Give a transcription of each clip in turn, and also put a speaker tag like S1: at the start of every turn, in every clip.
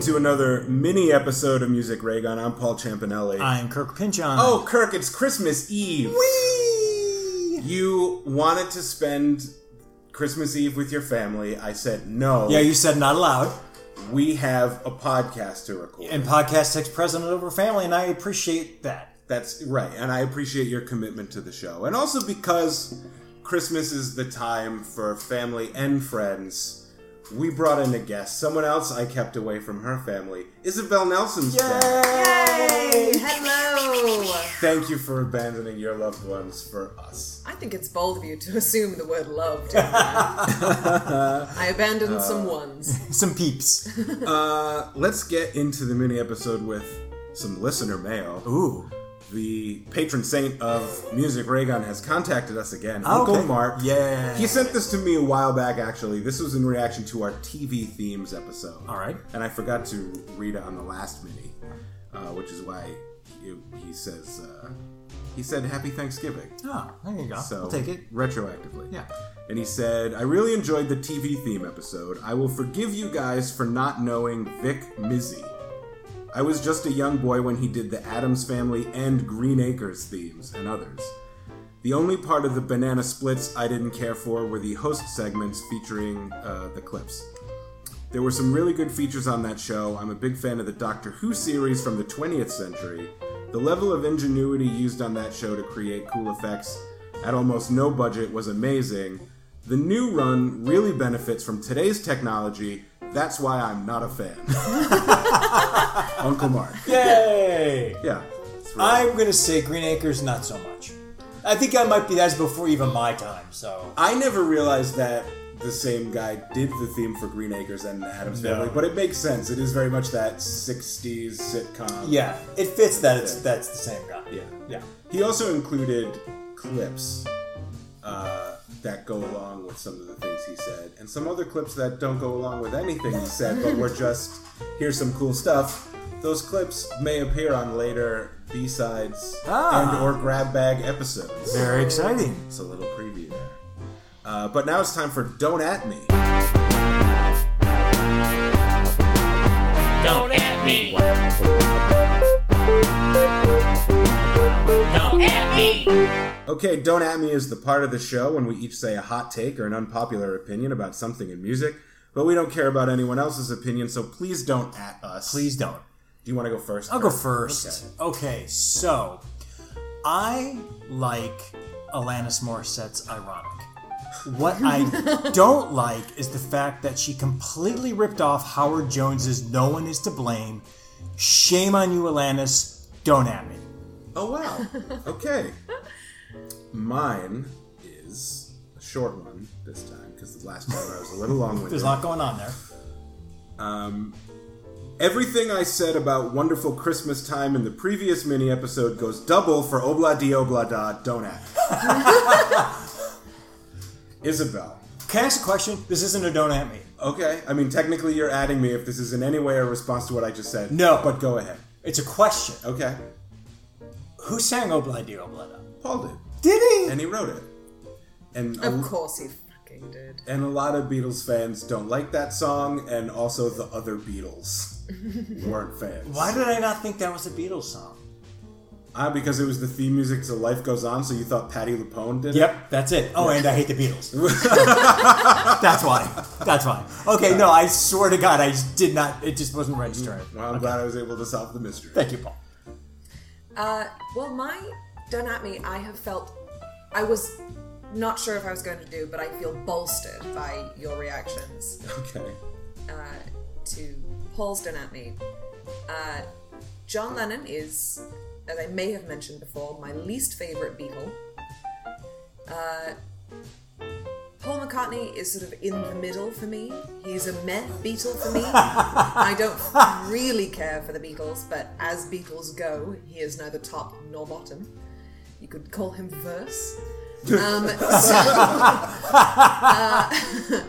S1: to another mini episode of Music Raygun. I'm Paul Champanelli.
S2: I'm Kirk Pinchon.
S1: oh, Kirk, it's Christmas Eve. You wanted to spend Christmas Eve with your family. I said no.
S2: Yeah, you said not allowed.
S1: we have a podcast to record.
S2: And podcast takes precedent over family, and I appreciate that.
S1: That's right. And I appreciate your commitment to the show. And also because Christmas is the time for family and friends. We brought in a guest. Someone else I kept away from her family. Isabel Nelson's back.
S2: Yay!
S3: Hello!
S1: Thank you for abandoning your loved ones for us.
S3: I think it's bold of you to assume the word love. didn't I I abandoned some ones.
S2: Some peeps.
S1: Uh, let's get into the mini episode with some listener mail.
S2: Ooh.
S1: the patron saint of music, Raygun, has contacted us again.
S2: Oh,
S1: Uncle
S2: okay.
S1: Mark.
S2: Yeah.
S1: He sent this to me a while back, actually. This was in reaction to our TV themes episode.
S2: All right.
S1: And I forgot to read it on the last mini, uh, which is why it, he says, uh, he said, Happy Thanksgiving.
S2: Oh, there you go.
S1: So
S2: I'll take it.
S1: retroactively.
S2: Yeah.
S1: And he said, I really enjoyed the TV theme episode. I will forgive you guys for not knowing Vic Mizzy. I was just a young boy when he did the Adams Family and Green Acres themes and others. The only part of the banana splits I didn't care for were the host segments featuring uh, the clips. There were some really good features on that show. I'm a big fan of the Doctor Who series from the 20th century. The level of ingenuity used on that show to create cool effects at almost no budget was amazing. The new run really benefits from today's technology. That's why I'm not a fan. Uncle Mark.
S2: Yay!
S1: Yeah. that's right.
S2: I'm going to say Green Acres, not so much. I think I might be, that's before even my time, so.
S1: I never realized that the same guy did the theme for Green Acres and the Adams
S2: No.
S1: Family, but it makes sense. It is very much that 60s sitcom.
S2: Yeah, it fits that it's that's the same guy.
S1: Yeah.
S2: Yeah.
S1: He also included clips uh, that go along with some of the things he said, and some other clips that don't go along with anything he said, but were just here's some cool stuff. Those clips may appear on later B sides
S2: Ah.
S1: and or grab bag episodes.
S2: Very exciting.
S1: It's a little preview there. Uh, but now it's time for Don't At Me.
S4: Don't at me. Don't at me.
S1: Okay, Don't At Me is the part of the show when we each say a hot take or an unpopular opinion about something in music, but we don't care about anyone else's opinion, so please don't at us.
S2: Please don't.
S1: Do you want to go first?
S2: I'll go first. Okay. so I like Alanis Morissette's Ironic. What I don't like is the fact that she completely ripped off Howard Jones's No One Is to Blame. Shame on you, Alanis. Don't at me.
S1: Oh, wow. Okay. Mine is a short one this time, because the last time I was a little long
S2: There's
S1: winded.
S2: a lot going on there.
S1: Everything I said about wonderful Christmas time in the previous mini episode goes double for Obla Di Obla Da Don't At Me. Isabel.
S2: Can I ask a question? This isn't a don't at me.
S1: Okay. I mean, technically, you're adding me if this is in any way a response to what I just said.
S2: No.
S1: But go ahead.
S2: It's a question.
S1: Okay.
S2: Who sang Obladi Oblada?
S1: Paul did.
S2: Did he?
S1: And he wrote it. And a,
S3: Of course he fucking did.
S1: and a lot of Beatles fans don't like that song, and also the other Beatles weren't fans.
S2: Why did I not think that was a Beatles song?
S1: Ah, because it was the theme music to Life Goes On, so you thought Patty LuPone did it?
S2: Yep, that's it. Oh, and I hate the Beatles. that's why. That's why. Okay, no, I swear to God, I just did not. It just wasn't registering.
S1: Well, I'm glad I was able to solve the mystery.
S2: Thank you, Paul.
S3: Uh, well, my Don't At Me, I have felt. I was not sure if I was going to do, but I feel bolstered by your reactions
S1: Okay.
S3: to Paul's Don't At Me. Uh, John Lennon is, as I may have mentioned before, my least favorite Beatle. Uh, Paul McCartney is sort of in the middle for me. He's a meh Beatle for me. I don't really care for the Beatles, but as Beatles go, he is neither top nor bottom. You could call him verse. Um, so, uh,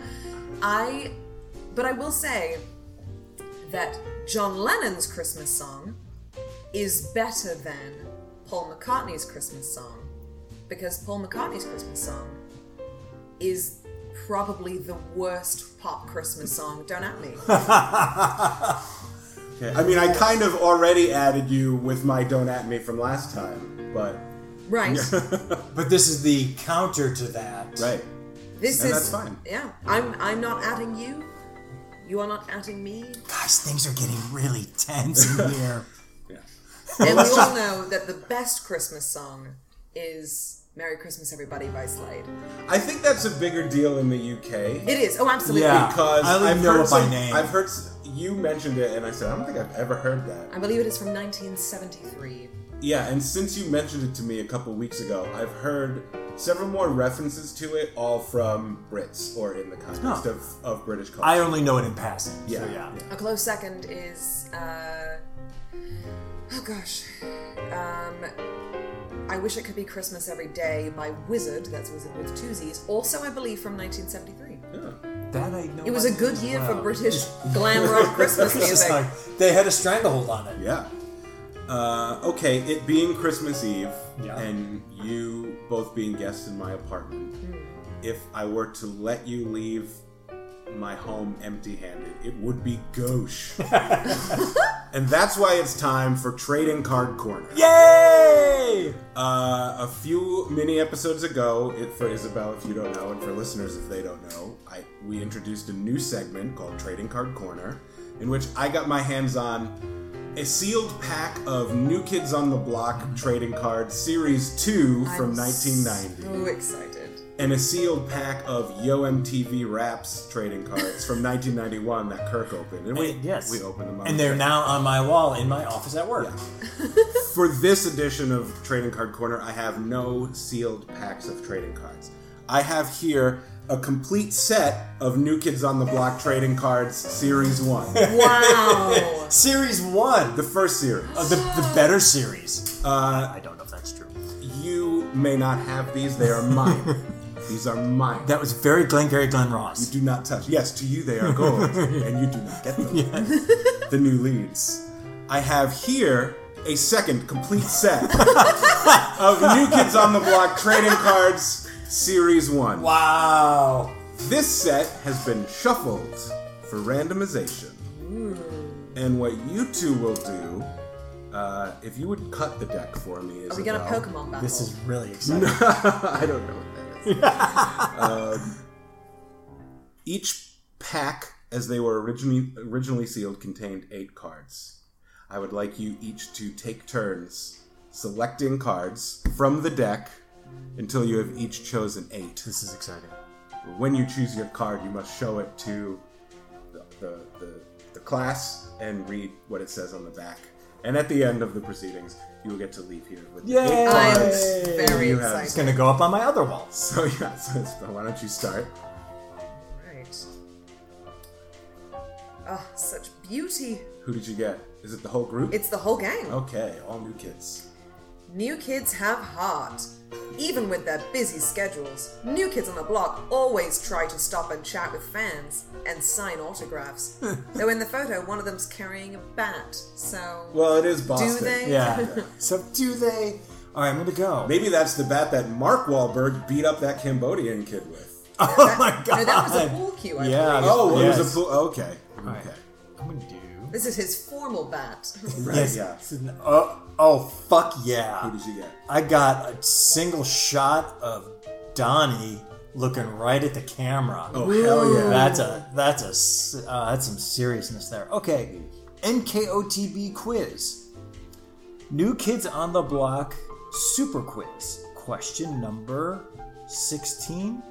S3: I, but I will say that John Lennon's Christmas song is better than Paul McCartney's Christmas song because Paul McCartney's Christmas song is probably the worst pop Christmas song. Don't at me.
S1: Okay. I mean, I kind of already added you with my "Don't at me" from last time, but
S3: Right.
S2: But this is the counter to that.
S1: right.
S3: This
S1: And that's
S3: is
S1: fine.
S3: Yeah. I'm I'm not adding you. You are not adding me.
S2: Guys, things are getting really tense in here.
S1: Yeah.
S3: and we all know that the best Christmas song is Merry Christmas Everybody by Slade.
S1: I think that's a bigger deal in the UK
S3: It is. Oh absolutely.
S2: Yeah.
S1: because
S2: I don't
S1: have
S2: even know
S1: heard
S2: it by
S1: some-
S2: name.
S1: I've heard s- you mentioned it, and I said I don't think I've ever heard that.
S3: I believe it is from nineteen seventy three.
S1: Yeah, and since you mentioned it to me a couple weeks ago, I've heard several more references to it, all from Brits or in the context
S2: Huh.
S1: of, of British culture.
S2: Oh. I only know it in passing. so
S1: Yeah,
S2: yeah.
S1: yeah.
S3: A close second is uh Oh gosh. Um I Wish It Could Be Christmas Every Day by Wizard, that's Wizard with two Z's, also I believe from nineteen seventy three.
S1: Yeah.
S2: That I know.
S3: It was a
S2: about
S3: good
S2: as
S3: year
S2: well.
S3: for British glam rock Christmas
S2: It's just
S3: music.
S2: like, they had a stranglehold on it.
S1: Yeah. Uh, okay, it being Christmas Eve
S2: Yeah.
S1: and you both being guests in my apartment, if I were to let you leave my home empty handed, it would be gauche. and that's why it's time for Trading Card Corner.
S2: Yay!
S1: Uh, a few mini episodes ago, it, for Isabel, if you don't know, and for listeners if they don't know, I, we introduced a new segment called Trading Card Corner, in which I got my hands on a sealed pack of New Kids on the Block trading cards, Series 2 from
S3: I'm
S1: 1990,
S3: So excited.
S1: and a sealed pack of Yo MTV Raps trading cards from 1991 that Kirk opened. And we,
S2: And- yes.
S1: we opened them up.
S2: And they're now on my wall in my office at work.
S1: For this edition of Trading Card Corner, I have no sealed packs of trading cards. I have here a complete set of New Kids on the Block trading cards, Series 1.
S3: Wow.
S2: Series one,
S1: the first series.
S2: uh, the, the better series. Uh, I don't know if that's true.
S1: You may not have these, they are mine. these are mine.
S2: That was very Glengarry Glen Ross.
S1: do not touch. Yes, to you they are gold, and you do not get them. the new leads. I have here a second complete set of New Kids on the Block trading cards, Series 1.
S2: Wow.
S1: This set has been shuffled for randomization.
S3: Hmm.
S1: And what you two will do, uh, if you would cut the deck for me, is
S3: Are we gonna Pokemon battle?
S2: This is really exciting.
S1: I don't know what that is. um, each pack, as they were originally originally sealed, contained eight cards. I would like you each to take turns selecting cards from the deck until you have each chosen eight.
S2: This is exciting.
S1: When you choose your card, you must show it to the, the, the, the class and read what it says on the back. And at the end of the proceedings, you will get to leave here with the
S2: Yay!
S1: eight
S3: I'm
S1: cards.
S3: very
S1: You have-
S2: It's
S3: excited.
S2: gonna go up on my other wall.
S1: So yeah, so it's- why don't you start?
S3: Right. Oh, such beauty.
S1: Who did you get? Is it the whole group?
S3: It's the whole gang.
S1: okay, all new kids.
S3: New kids have heart. Even with their busy schedules, new kids on the block always try to stop and chat with fans and sign autographs. Though in the photo, one of them's carrying a bat, so.
S1: Well, it is Boston.
S3: do they?
S2: Yeah. so do they? All right, I'm gonna go.
S1: Maybe that's the bat that Mark Wahlberg beat up that Cambodian kid with.
S2: Oh my god.
S3: No, that was a pool cue, I
S2: Yeah.
S3: believe.
S1: Oh, it was
S2: Yes.
S1: a pool. Okay,
S2: All
S1: okay.
S2: right. I'm gonna do.
S3: This is his formal bat.
S1: Right,
S2: yes.
S1: yeah.
S2: this is an- Oh, oh, fuck
S1: Who
S2: yeah.
S1: did you get?
S2: I got a single shot of Donnie looking right at the camera.
S1: Oh hell yeah!
S2: That's a that's a s- uh, that's some seriousness there. Okay, NKOTB quiz. New Kids on the Block Super Quiz. Question number sixteen.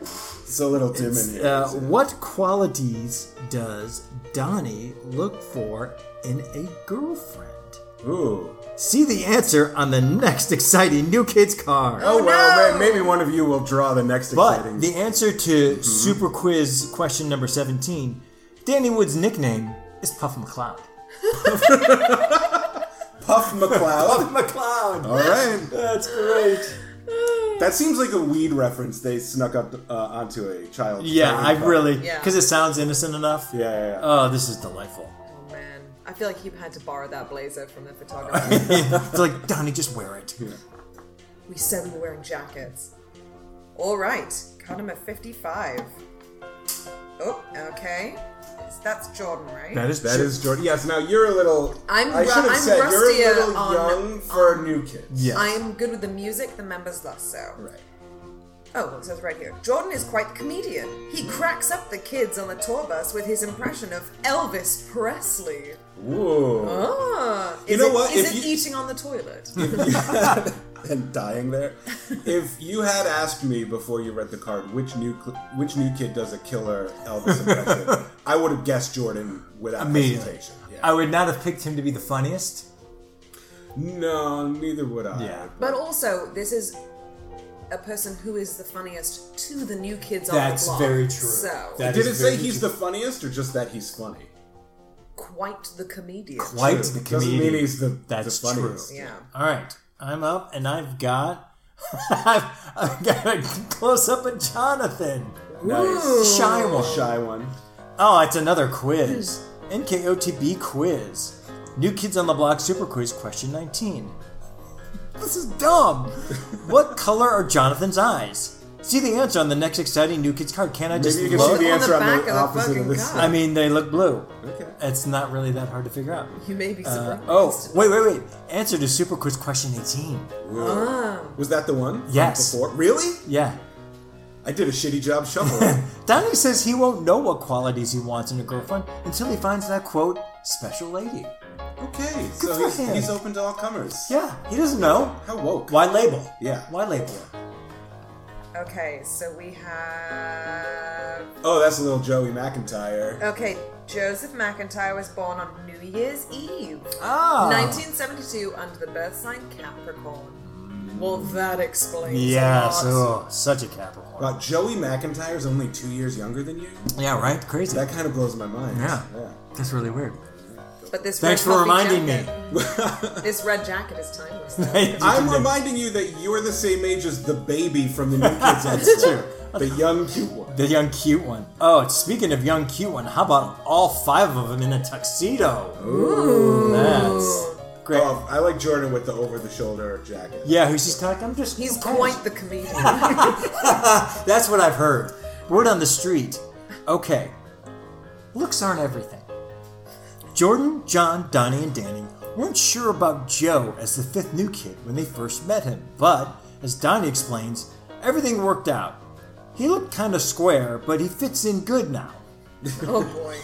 S1: it's a little dim in here.
S2: Uh,
S1: is it?
S2: what qualities does Donnie look for in a girlfriend?
S1: uh, Ooh.
S2: See the answer on the next exciting New Kids card.
S1: Oh, well,
S3: no!
S1: ma- maybe one of you will draw the next
S2: But
S1: exciting. Mm-hmm.
S2: the answer to Super Quiz question number 17, Danny Wood's nickname is Puff McCloud.
S1: Puff McCloud.
S2: McCloud!
S1: all right.
S2: That's great.
S1: That seems like a weed reference they snuck up uh, onto a child.
S2: Yeah, I really,
S3: Yeah.
S2: because it sounds innocent enough.
S1: Yeah, yeah, yeah.
S2: Oh, this is delightful.
S3: Oh man, I feel like you had to borrow that blazer from the photographer.
S2: it's like, Donnie, just wear it.
S3: we said we were wearing jackets. All right, card number fifty-five. Oh, okay. that's Jordan, right?
S2: That is
S1: That
S2: ju-
S1: is Jordan. Yes. Now you're a little.
S3: I'm
S1: I
S3: ru-
S1: should have
S3: I'm
S1: said you're a
S3: rustier
S1: little
S3: on-
S1: young for new kids.
S2: Yes.
S3: I am good with the music, the members less so.
S1: Right.
S3: Oh, well, it says right here. Jordan is quite the comedian. He cracks up the kids on the tour bus with his impression of Elvis Presley.
S1: Ooh.
S3: Ah, is
S1: You know
S3: it,
S1: what?
S3: is
S1: If
S3: it
S1: you-
S3: eating on the toilet?
S1: and dying there. if you had asked me before you read the card which new cl- which new kid does a killer Elvis impression, I would have guessed Jordan without
S2: Immediately.
S1: hesitation.
S2: I would not have picked him to be the funniest.
S1: no, neither would I.
S2: Yeah.
S3: But also, this is a person who is the funniest to the new kids on
S2: That's
S3: the block.
S2: very true.
S3: So,
S2: That
S1: Did
S2: is
S1: it say
S2: very
S1: he's
S2: true.
S1: the funniest or just that he's funny?
S3: quite the comedian.
S1: True.
S2: Quite the
S1: Doesn't mean
S2: comedian?
S1: he's the-
S2: That's
S1: the
S2: true.
S1: funniest.
S3: Yeah.
S2: All right, I'm up, and I've got I've, I've got a close up of Jonathan.
S1: Nice.
S2: Shy one.
S1: Shy one.
S2: Oh, it's another quiz. NKOTB quiz. New Kids on the Block Super Quiz question 19. This is dumb. what color are Jonathan's eyes? See the answer on the next exciting New Kids card. Can't I just
S1: Maybe you can
S2: look?
S1: see the
S3: on the
S1: answer
S3: back
S1: on
S3: of
S1: the,
S3: the
S1: opposite
S3: fucking
S1: of this.
S3: card.
S2: I mean, they look blue.
S1: Okay.
S2: It's not really that hard to figure out.
S3: You may be surprised.
S2: Oh, wait, wait, wait. Answer to Super Quiz question 18.
S1: Ooh.
S3: Uh.
S1: Was that the one? from
S2: Yes.
S1: Before? Really?
S2: Yeah.
S1: I did a shitty job shoveling.
S2: Donnie says he won't know what qualities he wants in a girlfriend until he finds that quote, special lady.
S1: okay.
S2: Good
S1: So
S2: for
S1: he's,
S2: him.
S1: he's open to all comers.
S2: Yeah, he doesn't know.
S1: How woke.
S2: Why label?
S1: Yeah.
S2: Why label her?
S3: Okay, so we have.
S1: Oh, that's a little Joey McIntyre.
S3: Okay, Joseph McIntyre was born on New Year's Eve,
S2: Ah.
S3: 1972, under the birth sign Capricorn. Well, that explains.
S2: Yeah,
S3: a lot.
S2: so oh, such a Capricorn.
S1: Wow, Joey McIntyre's only two years younger than you?
S2: yeah, right? Crazy.
S1: That kind of blows my mind.
S2: Yeah.
S1: Yeah.
S2: That's really weird.
S3: But this
S2: Thanks
S3: red
S2: for
S3: puffy
S2: reminding me.
S3: jacket, This red jacket is timeless. though.
S1: I'm reminding you that you're the same age as the baby from the New Kids on
S2: That's
S1: School.
S2: true.
S1: The young, cute one.
S2: the young cute one. Oh, and speaking of young cute one, how about all five of them in a tuxedo? Ooh. That's great.
S1: Oh, I like Jordan with the over-the-shoulder jacket.
S2: Yeah, who's he's talking? I'm just.
S3: He's
S2: I'm
S3: quite the comedian.
S2: That's what I've heard. Word on the street. Okay. Looks aren't everything. Jordan, John, Donnie, and Danny weren't sure about Joe as the fifth new kid when they first met him, but, as Donnie explains, everything worked out. He looked kind of square, but he fits in good now.
S3: oh boy.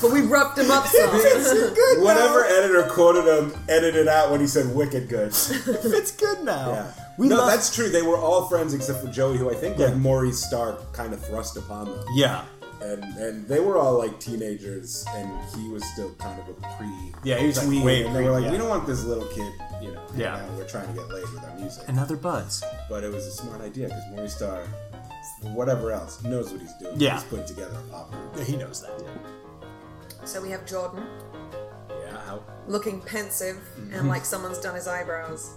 S3: But we roughed him up some.
S2: Good
S1: Whatever editor quoted him, edited out when he said wicked good.
S2: fits good now.
S1: Yeah.
S2: We
S1: no,
S2: love-
S1: that's true. They were all friends except for Joey, who I think
S2: Yeah.
S1: like Maury Stark kind of thrust upon them.
S2: Yeah.
S1: and and they were all like teenagers, and he was still kind of a pre.
S2: Yeah, he was, like,
S1: tween,
S2: way
S1: and they were like,
S2: pre- yeah.
S1: we don't want this little kid, you know.
S2: Yeah.
S1: now we're trying to get laid with our music,
S2: Another buzz.
S1: but it was a smart idea because Maury Star, whatever else, knows what he's doing.
S2: Yeah.
S1: he's putting together a pop group.
S2: He knows that.
S3: so we have Jordan
S1: Yeah, how,
S3: looking pensive and like someone's done his eyebrows.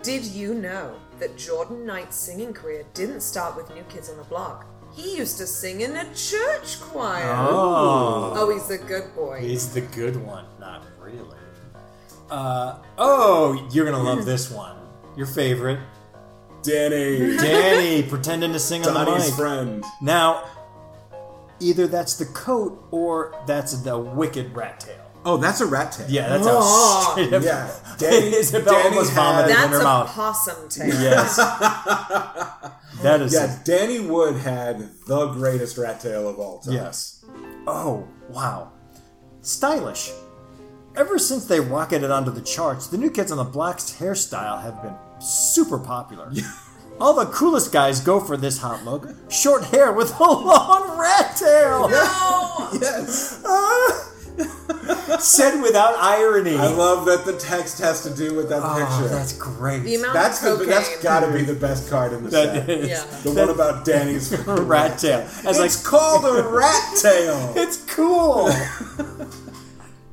S3: Did you know that Jordan Knight's singing career didn't start with New Kids on the Block? He used to sing in a church choir.
S2: Oh.
S3: Oh, he's a good boy.
S2: He's the good one, not really. Uh, oh, you're gonna love this one. Your favorite,
S1: Danny,
S2: Danny, pretending to sing on the
S1: Donnie's
S2: mic.
S1: friend.
S2: Now, either that's the coat or that's the wicked rat tail.
S1: Oh, that's a rat tail.
S2: Yeah, that's
S3: Oh,
S2: how straight up.
S1: yeah. Danny-
S2: Isabel
S1: Danny
S2: almost
S1: had-
S2: vomited in
S3: That's
S2: her
S3: a
S2: mouth.
S3: possum tail.
S2: Yes, that is.
S1: Yeah, Danny Wood had the greatest rat tail of all time.
S2: Yes. Oh, wow. Stylish. Ever since they rocketed onto the charts, the new kids on the block's hairstyle have been super popular. All the coolest guys go for this hot look short hair with a long rat tail!
S1: Yes.
S2: Said without irony.
S1: I love that the text has to do with that
S2: oh,
S1: picture.
S2: that's great.
S3: The amount
S1: That's
S3: of
S1: the,
S3: cocaine.
S1: that's got to be the best card in the
S2: That
S1: set.
S2: is-
S3: Yeah.
S1: The one about Danny's
S2: rat tail. I
S1: It's
S2: was like,
S1: called a rat tail.
S2: it's cool!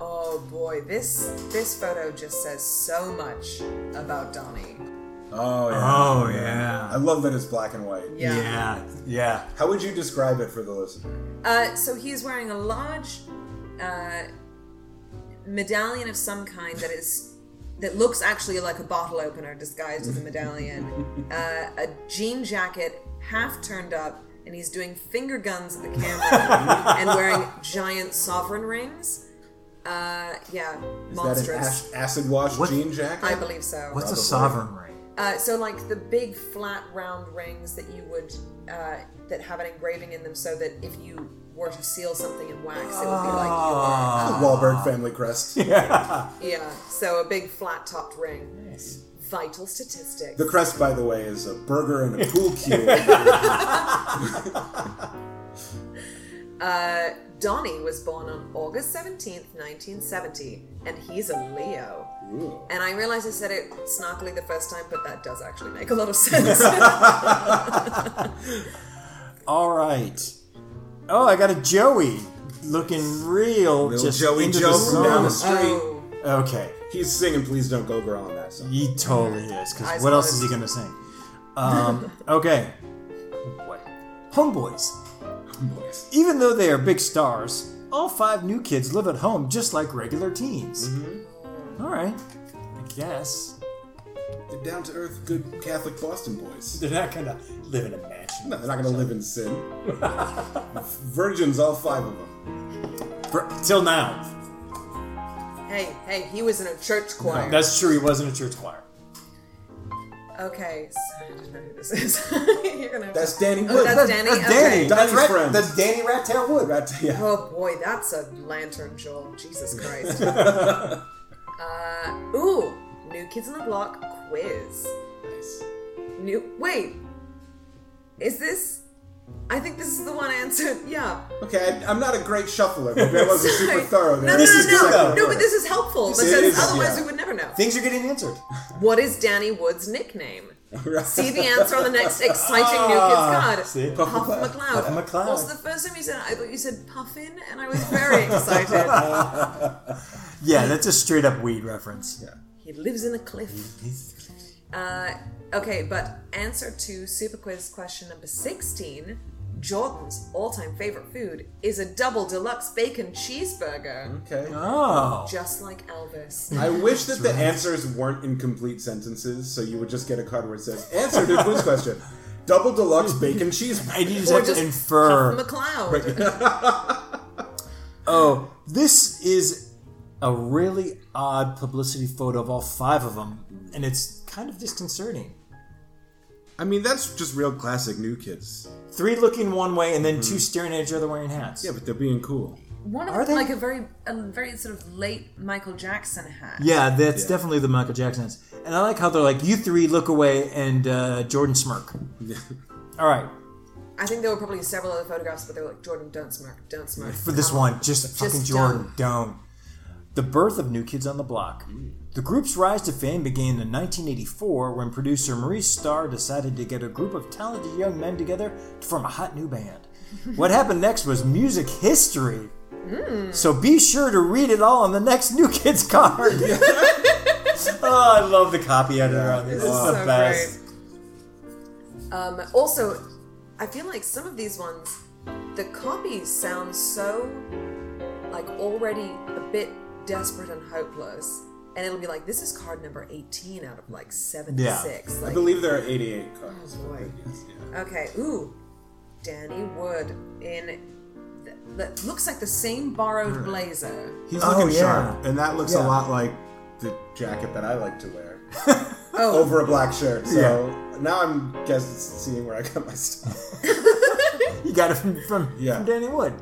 S3: Oh boy, this this photo just says so much about Donnie.
S1: Oh yeah.
S2: oh, yeah.
S1: I love that it's black and white.
S3: Yeah.
S2: Yeah, yeah.
S1: How would you describe it for the listener?
S3: Uh, so he's wearing a large uh, medallion of some kind that is that looks actually like a bottle opener disguised as a medallion. Uh, a jean jacket, half turned up, and he's doing finger guns at the camera and wearing giant sovereign rings. Uh,
S1: Is that
S3: yeah,
S1: an
S3: monstrous.
S1: ash- acid wash
S2: What-
S1: jean jacket?
S3: I believe so.
S2: What's a
S1: Probably.
S2: sovereign ring?
S3: Uh, so like the big flat round rings that you would uh, that have an engraving in them, so that if you were to seal something in wax, it would be like your
S1: The Wahlberg family crest.
S3: yeah. So a big flat topped ring.
S2: Nice.
S3: Vital statistic.
S1: The crest, by the way, is a burger and a pool cue.
S3: Uh, Donnie was born on August seventeenth, nineteen seventy, and he's a Leo.
S1: Ooh.
S3: And I realized I said it snarkily the first time, but that does actually make a lot of sense.
S2: All right. Oh, I got a Joey looking real
S1: Little
S2: just
S1: Joey
S2: into
S1: Joe
S2: the
S1: from
S2: zone.
S1: down the street.
S3: oh,
S2: Okay,
S1: He's singing "Please Don't Go Girl" on that song.
S2: he totally is.
S3: Eyes
S2: Because what else
S3: closed.
S2: is he gonna sing? Um, okay. What? Homeboys.
S1: Boys.
S2: Even though they are big stars, all five new kids live at home just like regular teens. All right. I guess
S1: They're down to earth, good Catholic Boston boys.
S2: they're not gonna live in a mansion.
S1: No, they're not gonna live in sin. Virgins, all five of them.
S2: For, till now.
S3: hey, hey, he was in a church choir.
S2: That's true. He wasn't a church choir.
S3: Okay, so I don't know who this is. You're gonna have to-
S1: That's Danny
S3: Oh,
S1: Wood.
S3: that's Danny.
S2: That's
S3: Okay.
S2: Danny.
S1: Danny's
S2: That's Rat-
S1: friend.
S2: that's Danny Rattat Wood.
S1: Right, yeah.
S3: Oh boy, that's a lantern jaw. Jesus Christ. uh, ooh, new kids on the block quiz.
S1: Nice.
S3: New. Wait, is this? I think this is the one answered. Yeah.
S1: Okay, I, I'm not a great shuffler, but that wasn't super thorough.
S3: No,
S1: There.
S3: no,
S2: This
S3: no,
S2: is
S3: no,
S2: good, though.
S3: no. But this is helpful because
S1: is,
S3: otherwise
S1: yeah.
S3: we would never know.
S2: Things are getting answered.
S3: What is Danny Wood's nickname?
S1: Right.
S3: See the answer on the next exciting
S2: Ah,
S3: new kids
S2: see?
S3: card.
S1: Puff
S3: Puff McLeod.
S1: McLeod.
S2: Puff McLeod.
S3: Also, the first time you said, it, I thought you said Puffin, and I was very excited.
S2: Yeah, that's a straight up weed reference.
S1: Yeah.
S3: he lives in a cliff. Uh, okay, but answer to super quiz question number 16 Jordan's all time favorite food is a double deluxe bacon
S2: Hmm?
S3: cheeseburger,
S1: Okay.
S2: Oh.
S3: just like Elvis.
S1: I wish that the answers weren't incomplete sentences, so you would just get a card where it says "Answer to quiz question: Double deluxe bacon cheeseburger."
S2: And you just
S3: Or
S2: have
S3: just
S2: to infer.
S3: Puff McLeod.
S2: Oh, this is a really odd publicity photo of all five of them, and it's kind of disconcerting.
S1: I mean, that's just real classic new kids.
S2: Three looking one way, and then two staring at each other wearing hats.
S1: Yeah, but they're being cool.
S3: One of
S2: Are
S3: them,
S2: they?
S3: like a very, a very sort of late Michael Jackson hat.
S2: Yeah, that's
S1: Yeah.
S2: definitely the Michael Jacksons. And I like how they're like, you three look away, and uh, Jordan smirk. All right,
S3: I think there were probably several other photographs, but they were like, Jordan, don't smirk, don't Um, smirk.
S2: for this one, just fucking Jordan, don't. The birth of New Kids on the Block. The group's rise to fame began in 1984 when producer Maurice Starr decided to get a group of talented young men together to form a hot new band. what happened next was music history. So be sure to read it all on the next New Kids card. oh, I love the copy editor on this.
S3: This
S2: It's
S3: is
S2: the
S3: so
S2: best.
S3: great. Um, also, I feel like some of these ones, the copies sound so like already a bit desperate and hopeless, and it'll be like this is card number eighteen out of like seventy-six.
S1: I
S3: Like,
S1: believe there are 88 cards.
S3: Oh, boy.
S1: Yes, yeah.
S3: okay, ooh, Danny Wood in th- that looks like the same
S2: Hmm.
S3: borrowed blazer.
S1: He's
S2: Oh,
S1: looking
S2: yeah.
S1: sharp, and that looks a
S2: Yeah.
S1: lot like the jacket that I like to wear
S3: Oh,
S1: over a black shirt. So now I'm guessing seeing where I got my stuff.
S2: You got it from, from,
S1: Yeah.
S2: from Danny Wood.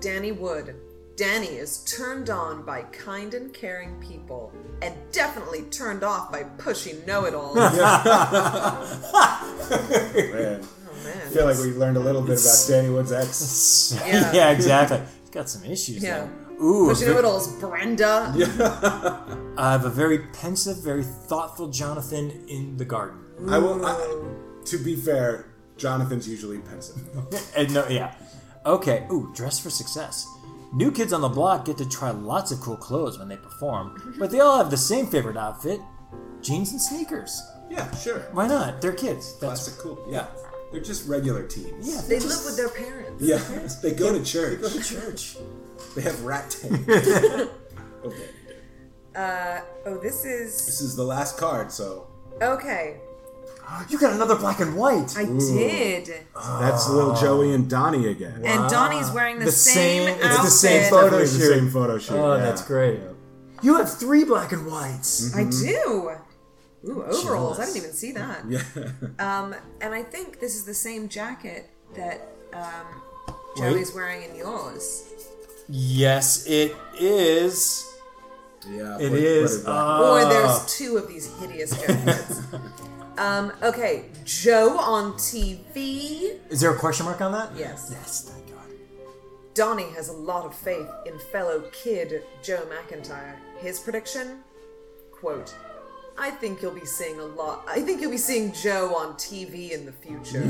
S3: Danny Wood. Danny is turned on by kind and caring people, and definitely turned off by pushy know-it-alls.
S1: Man,
S3: Oh
S1: I
S3: man.
S1: feel like we learned a little bit about Danny Wood's ex.
S2: Yeah,
S3: Yeah.
S2: exactly. He's got some issues.
S3: Yeah.
S2: There. Ooh,
S3: But you know what else, Brenda?
S2: I have a very pensive, very thoughtful Jonathan in the garden.
S1: I will. I, to be fair, Jonathan's usually pensive.
S2: And no, yeah. Okay. Ooh, dress for success. New kids on the block get to try lots of cool clothes when they perform, but they all have the same favorite outfit: jeans and sneakers.
S1: Yeah, sure.
S2: Why not? They're kids. That's
S1: Classic cool. Yeah, they're just regular teens.
S2: yeah.
S3: They live with their parents.
S1: Yeah, they go to church.
S2: Go to church.
S1: They have rat tail. okay,
S3: Oh, this is
S1: this is the last card, so
S3: okay.
S5: You got another black and white.
S3: I did.
S1: That's little Joey and Donnie again.
S3: And Donnie's wearing the,
S2: The
S3: same,
S2: same- it's
S3: outfit.
S2: the same
S1: Definitely
S2: Photo
S1: the
S2: shoot.
S1: same photo shoot.
S2: Oh,
S1: yeah.
S2: that's great.
S5: you have three black and whites.
S3: I do. Ooh, overalls. I
S2: Jealous.
S3: didn't even see that.
S1: Yeah.
S3: Um, and I think this is the same jacket that um, Joey's wearing in yours.
S2: Yes, it is.
S1: yeah.
S2: It
S1: what-
S2: is.
S1: what a-
S2: uh,
S3: Or there's two of these hideous jackets. um, okay, Joe on TV.
S2: Is there a question mark on that?
S3: Yes.
S2: Yes, thank God.
S3: Donnie has a lot of faith in fellow kid Joe McIntyre. His prediction, quote, "I think you'll be seeing a lot. I think you'll be seeing Joe on TV in the future."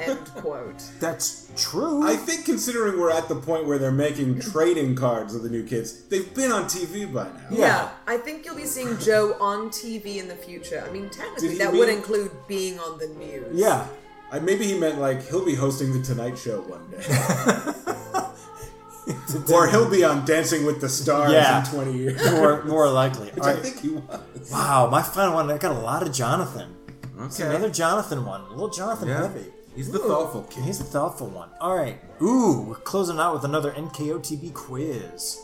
S3: end quote.
S5: That's true.
S1: I think considering we're at the point where they're making trading cards of the new kids, they've been on TV by now.
S3: Yeah. I think you'll be seeing Joe on TV in the future. I mean, technically,
S1: he
S3: that would
S1: mean-
S3: include being on the news.
S5: yeah.
S1: I, maybe he meant like he'll be hosting the Tonight Show one day, or he'll be on Dancing with the Stars
S2: Yeah.
S1: in twenty years.
S2: more, more likely. All
S1: Which I
S2: right.
S1: think he was.
S2: Wow, my final one. I got a lot of Jonathan. It's
S1: Okay.
S2: another Jonathan one. A little Jonathan heavy.
S1: He's the thoughtful kid.
S2: He's a thoughtful one. All right. Ooh, we're closing out with another NKOTB quiz.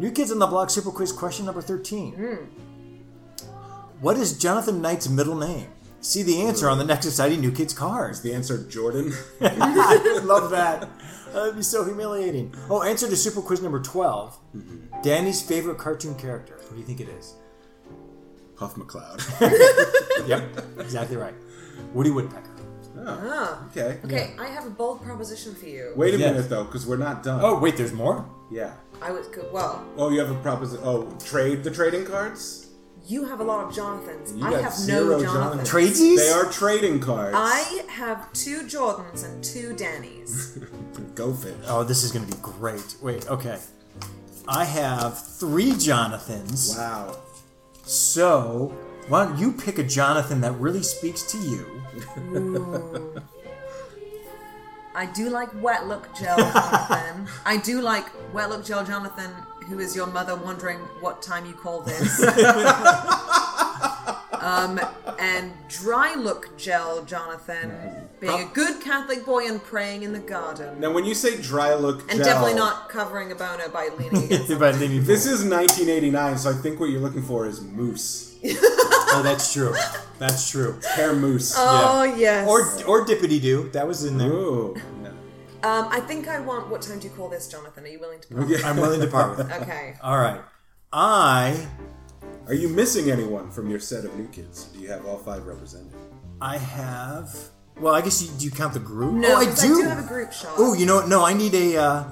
S2: New Kids on the Block Super Quiz question number 13. What is Jonathan Knight's middle name? See the answer on the next Society New Kids cards.
S1: The answer, Jordan.
S2: I love that. That'd be so humiliating. Oh, answer to Super Quiz number 12. Danny's favorite cartoon character. What do you think it is?
S1: Puff McCloud.
S2: Yep, exactly right. Woody Woodpecker.
S3: Ah.
S1: Okay.
S3: Okay, I have a bold proposition for you.
S1: Wait a
S2: Yes.
S1: minute though, because we're not done.
S2: Oh, wait, there's more?
S1: yeah.
S3: I was good. Well,
S1: Oh, you have a proposition. Oh, trade the trading cards.
S3: you have a lot of Jonathans.
S1: You
S3: I
S1: got
S3: have
S1: zero
S3: no
S1: Jonathans.
S3: Jonathans.
S2: Tradesies?
S1: They are trading cards.
S3: I have two Jordans and two Dannys.
S1: Go fit.
S2: Oh, this is going to be great. Wait, okay. I have three Jonathans.
S1: Wow.
S2: So, why don't you pick a Jonathan that really speaks to you?
S3: I do like wet look gel Jonathan. I do like wet look gel Jonathan, who is your mother wondering what time you call this. um, and dry look gel
S1: Mm.
S3: Jonathan, being a good Catholic boy and praying in the garden.
S1: Now, when you say dry look,
S3: And
S1: gel,
S3: definitely not covering a boner by leaning against
S2: If I leave you
S1: This is 1989, so I think what you're looking for is moose,
S2: Oh, that's true. That's true.
S1: hair moose.
S3: Oh yes.
S2: Or or dippity doo. That was in there.
S1: Ooh.
S3: um, I think I want. What time do you call this, Jonathan? Are you willing to? Put
S1: Yeah.
S2: I'm willing to part with. it.
S3: Okay.
S2: All right. I
S1: Are you missing anyone from your set of new kids? Do you have all five represented?
S2: I have. Well, I guess you, do you count the group?
S3: No,
S2: oh, I
S3: 'cause
S2: do.
S3: have a group shot.
S2: oh, you know what? No, I need a. Uh,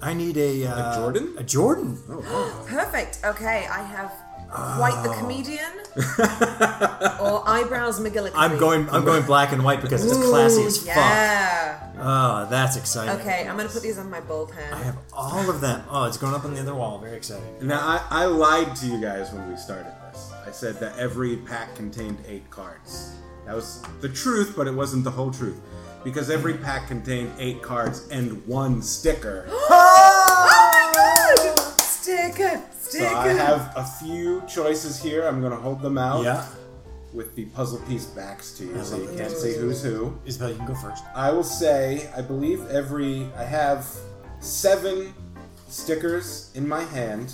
S2: I need a. Uh,
S1: Jordan?
S2: A Jordan.
S1: Oh, wow.
S3: Perfect. Okay, I have quite
S2: Oh.
S3: the comedian or eyebrows McGillicuddy.
S2: I'm going. I'm going black and white because it's classy as fuck.
S3: Yeah.
S2: Oh, that's exciting.
S3: Okay, I'm gonna put these on my bold
S2: I
S3: hand.
S2: have all of them. Oh, it's going up on the other wall. Very exciting.
S1: Now, I, I lied to you guys when we started this. I said that every pack contained eight cards. That was the truth, but it wasn't the whole truth. Because every pack contained eight cards and one sticker.
S2: Ah!
S3: Oh my god! Sticker,
S1: So
S3: sticker.
S1: I have a few choices here. I'm going to hold them out
S2: Yeah.
S1: with the puzzle piece backs to you so you
S2: love
S1: can't see who's who.
S2: Isabel, you can go first.
S1: I will say, I believe every. I have seven stickers in my hand,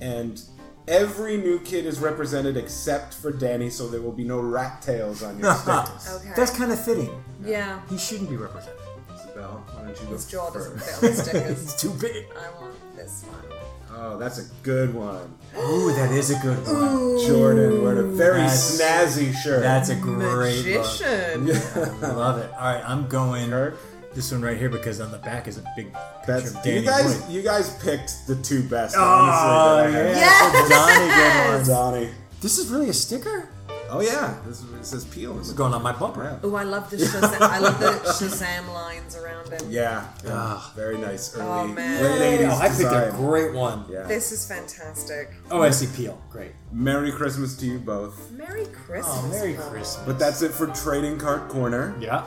S1: and every new kid is represented except for Danny, so there will be no rat tails on your stickers.
S3: Okay.
S2: That's kind of fitting.
S3: yeah.
S2: He shouldn't be represented.
S1: Isabel, why don't you go
S3: Oh. His jaw doesn't
S1: first?
S3: fit on the stickers.
S2: It's too big.
S3: I want this one.
S1: Oh, that's a good one.
S2: Ooh, that is a good one.
S1: Jordan, wearing a very
S2: That's-
S1: snazzy shirt.
S2: That's a great look.
S3: Magician.
S2: I love it. All right, I'm going
S1: Kirk?
S2: this one right here because on the back is a big picture
S1: That's,
S2: of Danny
S1: you guys.
S2: Boyd.
S1: You guys picked the two best.
S2: Oh,
S1: honestly, that I
S2: yeah.
S1: had.
S3: Yes!
S2: Donnie, good one.
S1: Donnie.
S2: This is really a sticker?
S1: Oh yeah, this is, it says peel.
S2: It's going on my bumper.
S1: Yeah.
S3: Oh, I love the Shazam. I love the Shazam lines around him.
S1: Yeah, yeah. very nice early
S3: Oh, man.
S1: late eighties
S2: Oh, I picked
S1: design.
S2: a great one.
S1: yeah.
S3: This is fantastic.
S2: Oh, I see Peel. Great.
S1: Merry Christmas to you both.
S3: Merry Christmas.
S2: Oh, Merry
S3: Bob.
S2: Christmas.
S1: But that's it for Trading Card Corner.
S2: Yeah.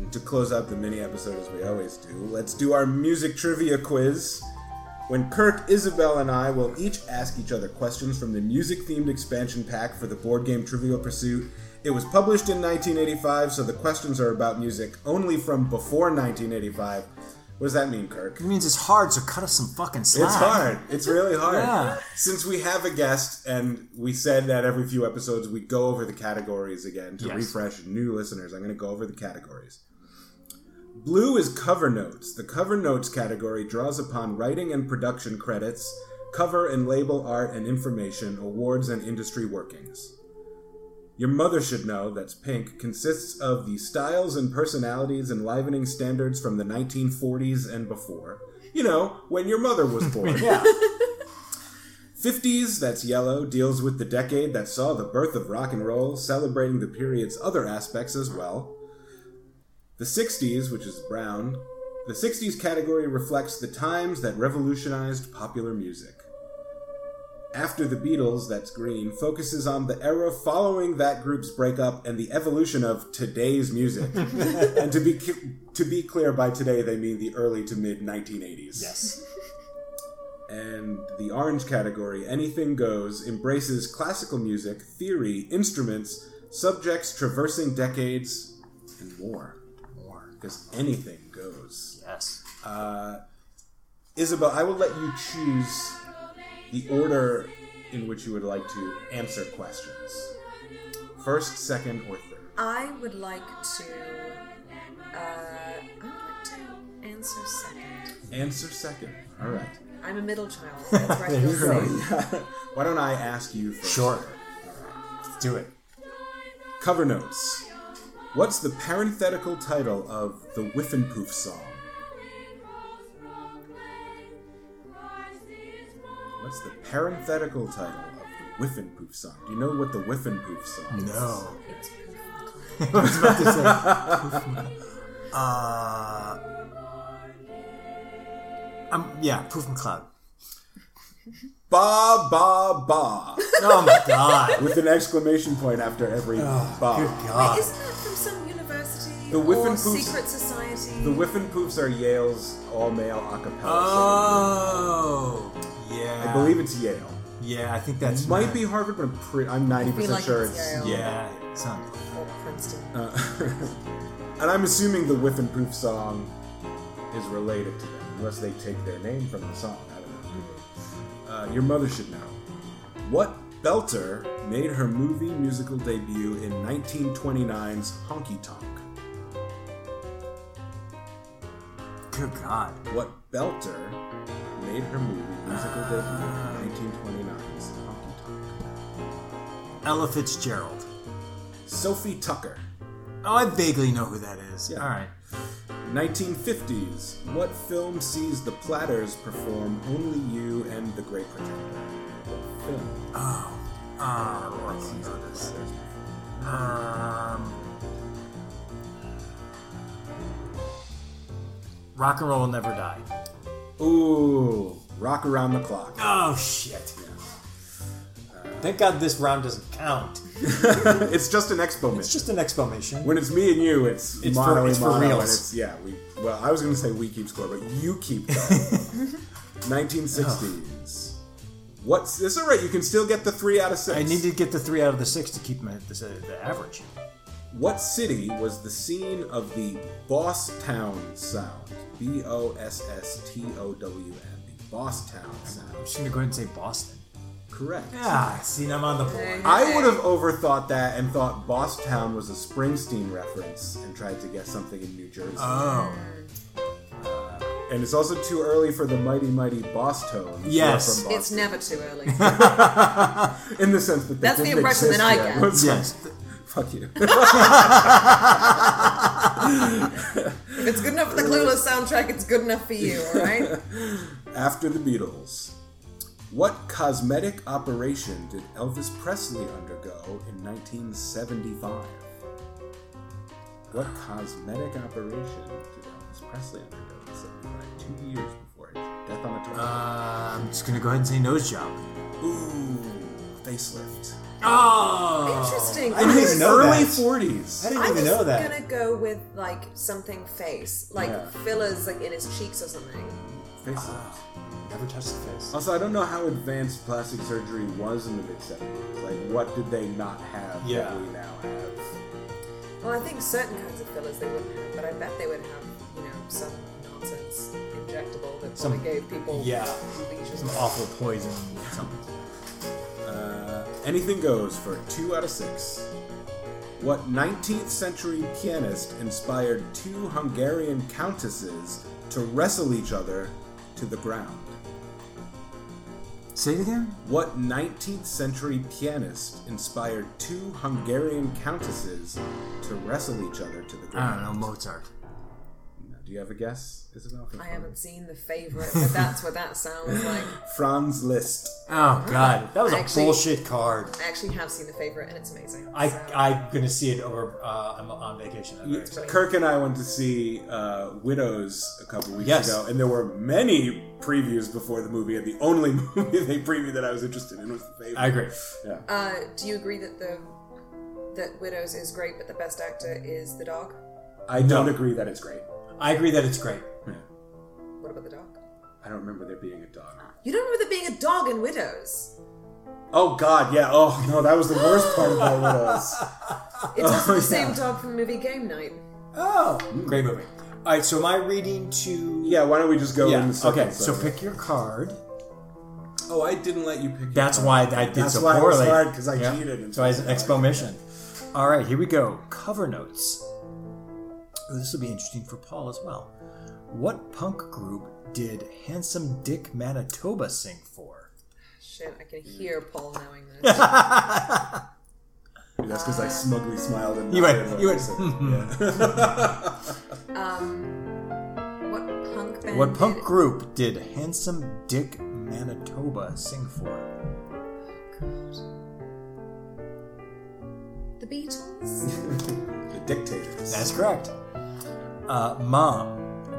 S1: And To close out the mini episode as we always do, let's do our music trivia quiz. When Kirk, Isabel, and I will each ask each other questions from the music themed expansion pack for the board game Trivial Pursuit It was published in 1985, so the questions are about music only from before 1985. What does that mean, Kirk?
S6: It means it's hard, so cut us some fucking slack.
S1: It's hard. It's really hard.
S6: Yeah.
S1: Since we have a guest, and we said that every few episodes we go over the categories again to
S6: Yes.
S1: refresh new listeners, I'm going to go over the categories. Blue is cover notes. The cover notes category draws upon writing and production credits, cover and label art and information, awards and industry workings. Your Mother Should Know, that's pink, consists of the styles and personalities enlivening standards from the 1940s and before. You know, when your mother was born.
S6: Yeah.
S1: 50s, that's yellow, deals with the decade that saw the birth of rock and roll, celebrating the period's other aspects as well. The 60s, which is brown, the 60s category reflects the times that revolutionized popular music. After the Beatles, that's green, focuses on the era following that group's breakup and the evolution of today's music. and to be to be clear, by today they mean the early to mid 1980s
S6: yes.
S1: and the orange category, Anything Goes, embraces classical music, theory, instruments, subjects traversing decades, and more. More. Because anything goes.
S6: Yes.
S1: Isabel, I will let you choose the order in which you would like to answer questions first, second, or third.
S3: I would like to. Uh, I would like to answer second.
S1: Answer second. All right.
S3: I'm a middle child. That's where I feel safe.
S1: Why don't I ask you first?
S6: Sure. Let's do it.
S1: Cover notes. What's the parenthetical title of the Whiffenpoof song? What's the parenthetical title of the Whiffenpoof song? Do you know what the Whiffenpoof song is?
S6: No.
S3: It's proof of claim.
S6: Uh, I'm, yeah, Poof and Cloud.
S1: Ba ba ba.
S6: Oh my god.
S1: With an exclamation point after every
S6: Ah, Good
S1: ba.
S6: god.
S3: Isn't that from some university
S1: Ah. The Whiff
S3: or
S1: and Poof-
S3: secret society?
S1: The Whiffenpoofs are Yale's all male a cappella.
S6: Ah. Oh. Yeah.
S1: singing group. I believe it's Yale.
S6: Yeah, I think that's.
S1: Might be Harvard, but I'm, pre- I'm 90%
S3: Be like
S1: sure
S3: it's
S1: it's
S3: Yale.
S6: Yeah, it sounds.
S3: or Oh, Princeton.
S1: Uh, and I'm assuming the Whiff and Poof song is related to them, unless they take their name from the song. I don't know. Uh, your mother should know. What belter made her movie musical debut in 1929's Honky Tonk?
S6: Good god.
S1: What belter made her movie musical debut in 1929's Honky Tonk?
S6: Ella Fitzgerald.
S1: Sophie Tucker.
S6: Oh, I vaguely know who that is.
S1: Yeah.
S6: All right.
S1: 1950s. What film sees the Platters perform Only You and the Great Pretender? What film?
S6: Oh. Uh, I don't know this. Um. Rock and roll will never die.
S1: Ooh, rock around the clock.
S6: Oh shit. Thank God this round doesn't count.
S1: it's just an expo mission.
S6: It's just an exclamation.
S1: when it's me and you, it's,
S6: It's
S1: mono
S6: for-
S1: and
S6: it's for
S1: mono,
S6: reals.
S1: and it's yeah. We well, I was gonna say we keep score, but you keep. going. 1960s. What's this? All right, you can still get the three out of six.
S6: I need to get the three out of the six to keep my the, the average.
S1: What city was the scene of the Boss Town Sound? B O S S T O W N. The Boss Town
S6: I'm
S1: Sound.
S6: just gonna go ahead and say Boston.
S1: Correct.
S6: Ah, see, I'm on the board.
S1: I would have overthought that and thought Boston was a Springsteen reference and tried to guess something in New Jersey.
S6: Oh,
S1: and it's also too early for the mighty mighty Boss Tones. who are
S6: Yes.
S1: from
S3: It's
S1: Boston.
S3: never too early.
S1: in the sense that they
S3: That's the
S1: didn't
S3: impression
S1: exist
S3: that I
S1: yet.
S3: get.
S1: What's-
S6: yes.
S1: Fuck you.
S3: if it's good enough for the Clueless soundtrack, it's good enough for you, alright?
S1: After the Beatles, what cosmetic operation did Elvis Presley undergo in 1975? What cosmetic operation did Elvis Presley undergo in 75? Two years before his death on the toilet.
S6: Uh, I'm just gonna go ahead and say nose job.
S1: Ooh, facelift.
S6: Oh,
S3: Interesting.
S6: I didn't even know
S1: Early
S6: that.
S1: 40s.
S6: I
S3: I'm
S6: didn't even
S3: just
S6: know that.
S3: gonna go with like something face, like
S1: Yeah.
S3: fillers like in his cheeks or something.
S1: Facelift.
S2: Never touched the face.
S1: Also, I don't know how advanced plastic surgery was in the mid 70s. Like, what did they not have
S2: Yeah.
S1: that we now have?
S3: Well, I think certain kinds of fillers they wouldn't have, but I bet they would have, you know, some nonsense injectable that
S2: Some-
S3: probably gave people
S2: yeah.
S3: lesions.
S2: Some awful poison. Something.
S1: Uh, anything goes for two out of six. What 19th century pianist inspired two Hungarian countesses to wrestle each other to the ground?
S6: Say it again.
S1: What 19th century pianist inspired two Hungarian countesses to wrestle each other to the
S6: I don't
S1: ground?
S6: know, Mozart.
S2: Oh,
S1: Do you have a guess, Isabel?
S3: I haven't seen the favorite, but that's what that sounds like.
S1: Franz Liszt.
S6: Oh God,
S2: That was a
S3: Actually-
S2: bullshit card.
S3: I actually have seen the favorite, and it's amazing.
S2: I,
S3: so-
S2: I'm gonna see it over. Uh, I'm on vacation. I'm very excited.
S1: Kirk and I went to see uh, Widows a couple weeks
S2: Yes.
S1: ago, and there were many previews before the movie, and the only movie they previewed that I was interested in was the favorite.
S2: I agree.
S1: Yeah.
S3: Uh, do you agree that the that Widows is great, but the best actor is the dog?
S1: I don't
S2: No.
S1: agree that it's great.
S2: I agree that it's great.
S1: Yeah.
S3: What about the dog?
S1: I don't remember there being a dog.
S3: You don't remember there being a dog in Widows.
S1: Oh God, yeah. Oh no, that was the worst part about Widows.
S3: It's also
S1: Oh,
S3: the same
S1: yeah.
S3: dog from the movie Game Night.
S2: Oh, great movie. All right, so am I reading to?
S1: Yeah, why don't we just go
S2: Yeah,
S1: in the circle,
S2: Okay, so pick your card.
S1: Oh, I didn't let you pick. your
S2: That's
S1: card.
S2: why I did
S1: That's
S2: so
S1: why it was
S2: poorly.
S1: hard, 'cause I cheated and
S2: So I was an
S1: stuff.
S2: explanation. All right, here we go. Cover notes. Oh, this will be interesting for Paul as well. What punk group did Handsome Dick Manitoba sing for?
S3: Shit, I can hear Paul knowing this.
S1: That's because I smugly smiled and
S2: You went-
S1: nodded
S2: you
S1: when I
S2: went,
S1: said
S2: "Mhm."
S1: it.
S3: um, what punk band?
S2: What punk
S3: did-
S2: group did Handsome Dick Manitoba sing for?
S3: The Beatles.
S1: Yeah. the dictators.
S2: That's correct. Uh, Mom,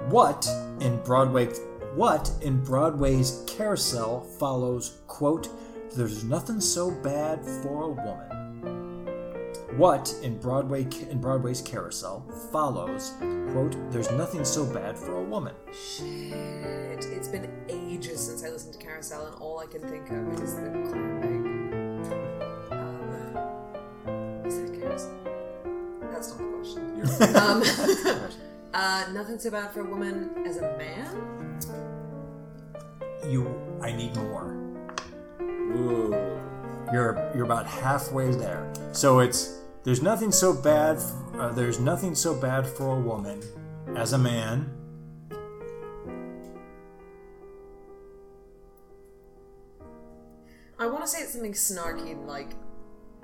S2: what in Broadway? What in Broadway's Carousel follows? Quote: There's nothing so bad for a woman. What in Broadway in Broadway's Carousel follows? Quote: There's nothing so bad for a woman.
S3: Shit, it's been ages since I listened to Carousel, and all I can think of is the clown bag. Um, is that Carousel? That's not the question.
S1: You're-
S3: Um, uh, nothing so bad for a woman as a man.
S2: You, I need more.
S1: Ooh.
S2: You're you're about halfway there. So it's there's nothing so bad. Uh, there's nothing so bad for a woman as a man.
S3: I want to say it's something snarky, like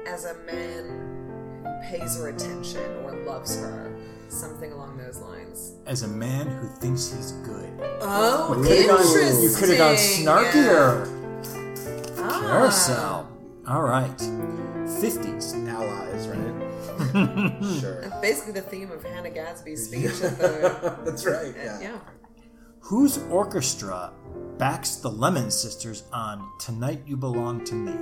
S3: as a man who pays her attention or loves her, something along those lines.
S2: as a man who thinks he's good.
S3: Oh,
S2: You could've gone-
S3: interesting.
S2: You could have gone snarkier.
S3: Ah.
S2: Carousel. All right. 50s.
S1: allies, right? sure.
S3: That's basically the theme of Hannah Gadsby's speech at the.
S1: That's right.
S3: Yeah.
S1: Yeah.
S2: Whose orchestra backs the Lemon Sisters on Tonight You Belong to Me?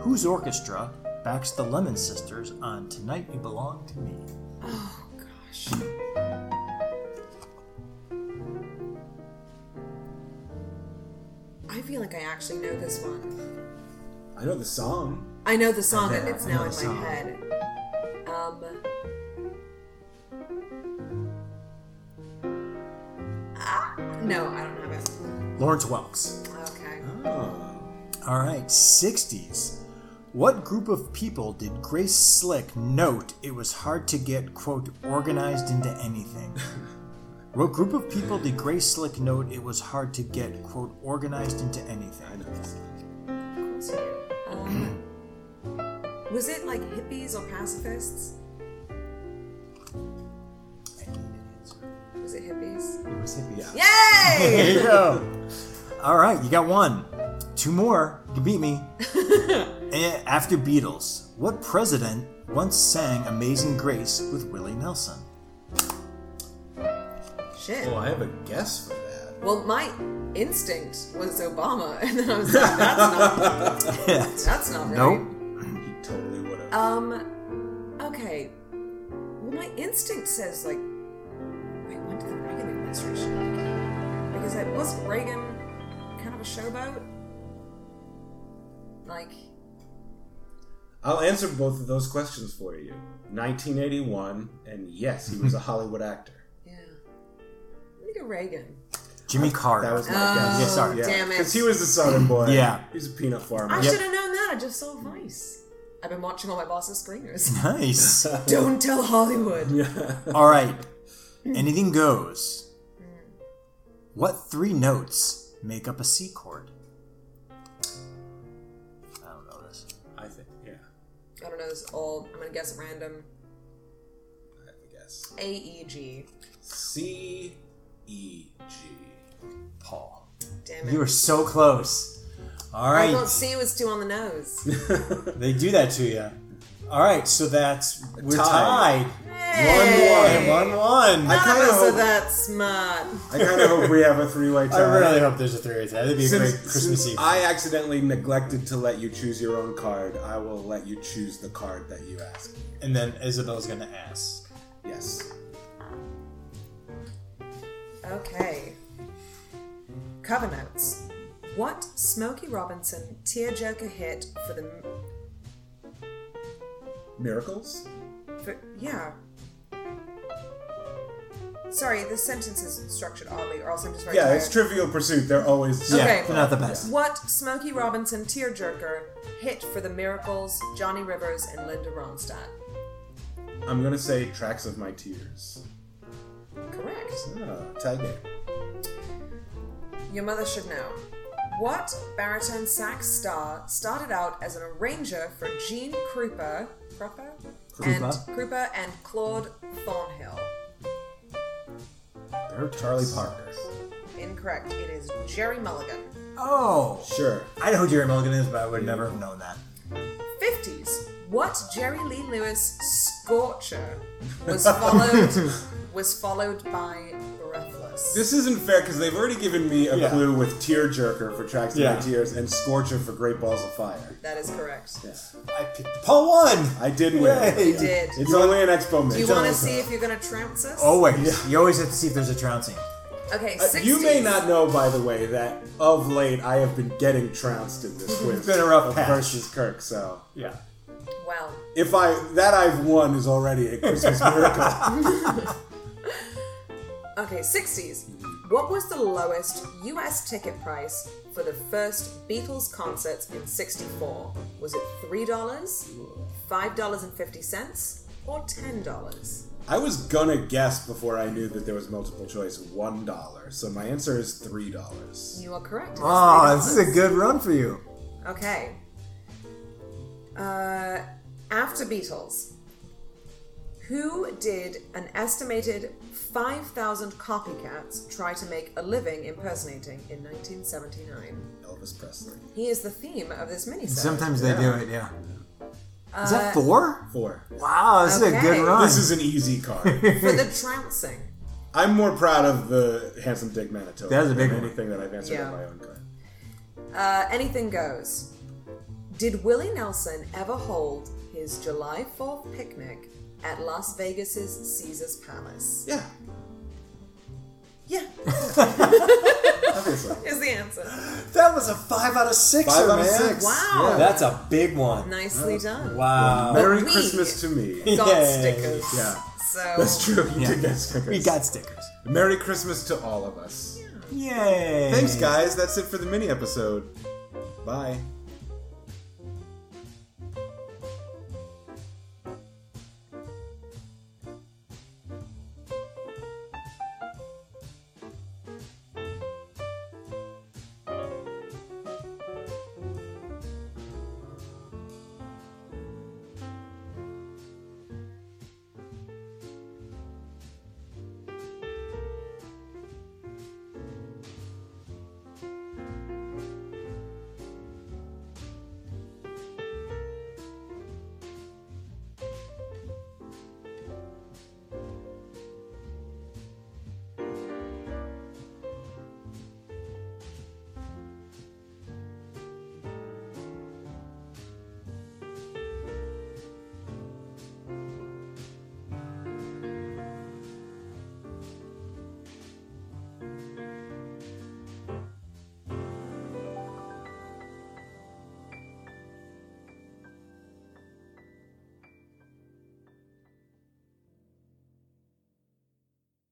S2: Whose orchestra backs the Lemon Sisters on Tonight You Belong to Me?
S3: Oh gosh. I feel like I actually know this one.
S1: I know the song.
S3: I know the song and
S2: know-
S3: it's
S2: I know
S3: now in
S2: the
S3: my
S2: song.
S3: head. Um, ah, no, I don't have it.
S2: Lawrence Welks.
S3: Okay.
S1: Oh.
S2: All right. 60s. What group of people did Grace Slick note it was hard to get, quote, organized into anything? what group of people did Grace Slick note it was hard to get, quote, organized into
S1: I
S2: anything?
S1: know this.
S3: Um, was it like hippies or pacifists? Was it hippies?
S2: It was hippies.
S3: Yay!
S2: There you go. All right. You got one. Two more. You beat me. Eh, After Beatles, what president once sang Amazing Grace with Willie Nelson?
S3: Shit.
S1: Oh, I have a guess for that.
S3: Well, my instinct was Obama, and then I was like, that's not, that's not right.
S2: Nope.
S1: He totally would have.
S3: Um, okay. Well, my instinct says, like, wait, when did the Reagan administration begin? Because it was Reagan kind of of a showboat? Like,
S1: I'll answer both of those questions for you. 1981, and yes, he was a Hollywood actor.
S3: yeah. I think of Reagan.
S2: Jimmy Carter.
S1: That was my
S3: Oh,
S1: guess.
S3: Yeah, sorry. damn it.
S1: Because he was a Southern boy.
S2: Yeah.
S1: He's a peanut farmer.
S3: I should have known that. I just saw Vice. I've been watching all my boss's screeners.
S2: nice.
S3: Don't tell Hollywood.
S2: All right. Anything goes. What three notes make up a C chord? I don't know this.
S1: I think, yeah.
S3: I don't know. This is all. I'm gonna guess at random.
S1: I have a guess.
S3: A E G.
S1: C E G.
S2: Paul.
S3: Damn it.
S2: You were so close. All
S3: I
S2: right.
S3: thought C was too on the nose.
S2: They do that to you. All right, so that's we're
S1: Tie.
S2: tied.
S3: Hey!
S2: One one.
S1: I
S3: None of
S1: kinda
S3: us are
S1: hope-
S3: that smart.
S1: I kind of hope we have a three-way tie.
S2: I really hope there's a three. That'd be a
S1: Since,
S2: great Christmas
S1: since
S2: Eve.
S1: I accidentally neglected to let you choose your own card, I will let you choose the card that you asked.
S2: and then Isabel's gonna ask.
S1: Yes.
S3: Okay. Cover notes. What Smokey Robinson tearjerker hit for the
S1: Miracles?
S3: But yeah. Sorry, this sentence is structured oddly, or else I'm just very
S1: Yeah,
S3: tired.
S1: it's Trivial Pursuit. They're always
S3: Okay.
S2: Yeah, they're not the best.
S3: What Smokey Robinson tearjerker hit for the Miracles, Johnny Rivers, and Linda Ronstadt?
S1: I'm gonna say Tracks of My Tears.
S3: Correct.
S1: Ah, tie game.
S3: Your mother should know. What baritone sax star started out as an arranger for Gene Krupa, Krupa, and
S2: Krupa.
S3: Krupa and Claude Thornhill?
S1: They're Charlie Parker.
S3: Incorrect. It is Jerry Mulligan.
S2: Oh,
S1: Sure.
S2: I know who Jerry Mulligan is, but I would never have known that.
S3: 50s, what Jerry Lee Lewis scorcher was followed was followed by Breathless.
S1: This isn't fair because they've already given me a
S2: Yeah.
S1: clue with Tearjerker for Tracks of
S2: Yeah.
S1: My Tears and Scorcher for Great Balls of Fire.
S3: that is correct.
S1: Yeah.
S2: I picked Paul one.
S1: I did win.
S2: Yay.
S3: You did.
S1: It's only an expo
S3: Do you
S1: minute.
S3: want to see if you're going to trounce us?
S2: Always. You always have to see if there's a trouncing.
S3: Okay,
S1: Oh, Uh,
S3: 60s.
S1: you may not know, by the way, that of late I have been getting trounced in this quiz.
S2: Been a rough
S1: of
S2: patch.
S1: versus Kirk. So
S2: Yeah.
S3: Well,
S1: if I that I've won is already a Christmas miracle.
S3: okay, 60s. What was the lowest US ticket price for the first Beatles concerts in 64? Was it $3, $5.50, or $10?
S1: I was gonna guess before I knew that there was multiple choice one dollar. So my answer is three dollars.
S3: You are correct. It was
S1: Ah,
S2: Oh, this is
S3: $3.
S2: a good run for you.
S3: Okay. Uh, after Beatles, who did an estimated 5,000 copycats try to make a living impersonating in 1979?
S1: Elvis Presley.
S3: He is the theme of this miniseries.
S2: Sometimes they do it. Yeah. is that four?
S1: Four.
S2: Wow, this is a
S3: okay.
S2: good run.
S1: This is an E easy card.
S3: For the trouncing.
S1: I'm more proud of the handsome Dick Manitoba.
S2: That was a big
S1: than
S2: one.
S1: anything that I've answered
S3: Yeah.
S1: on my own card.
S3: Uh, anything goes. Did Willie Nelson ever hold his July 4th picnic at Las Vegas's Caesar's Palace?
S1: Yeah,
S3: Yeah,
S1: obviously.
S3: is the answer.
S2: that was a five out of six.
S1: Five out of six.
S3: Wow.
S1: Yeah.
S2: That's a big one.
S3: Nicely done.
S2: Wow.
S1: Merry
S3: we-
S1: Christmas to me.
S3: Got
S2: Yay.
S3: stickers.
S1: Yeah.
S3: So
S1: That's true. You did get stickers.
S2: We got stickers.
S1: Merry Christmas to all of us.
S2: Yay.
S1: Thanks, guys. That's it for the mini episode. Bye.